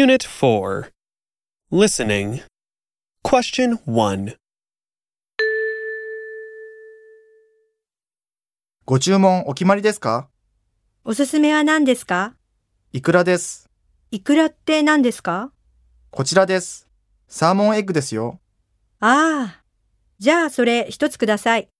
Unit 4 Listening Question 1ご注文お決まりですかおすすめは何ですかいくらです。いくらって何ですかこちらです。サーモンエッグですよ。ああ。じゃあそれ一つください。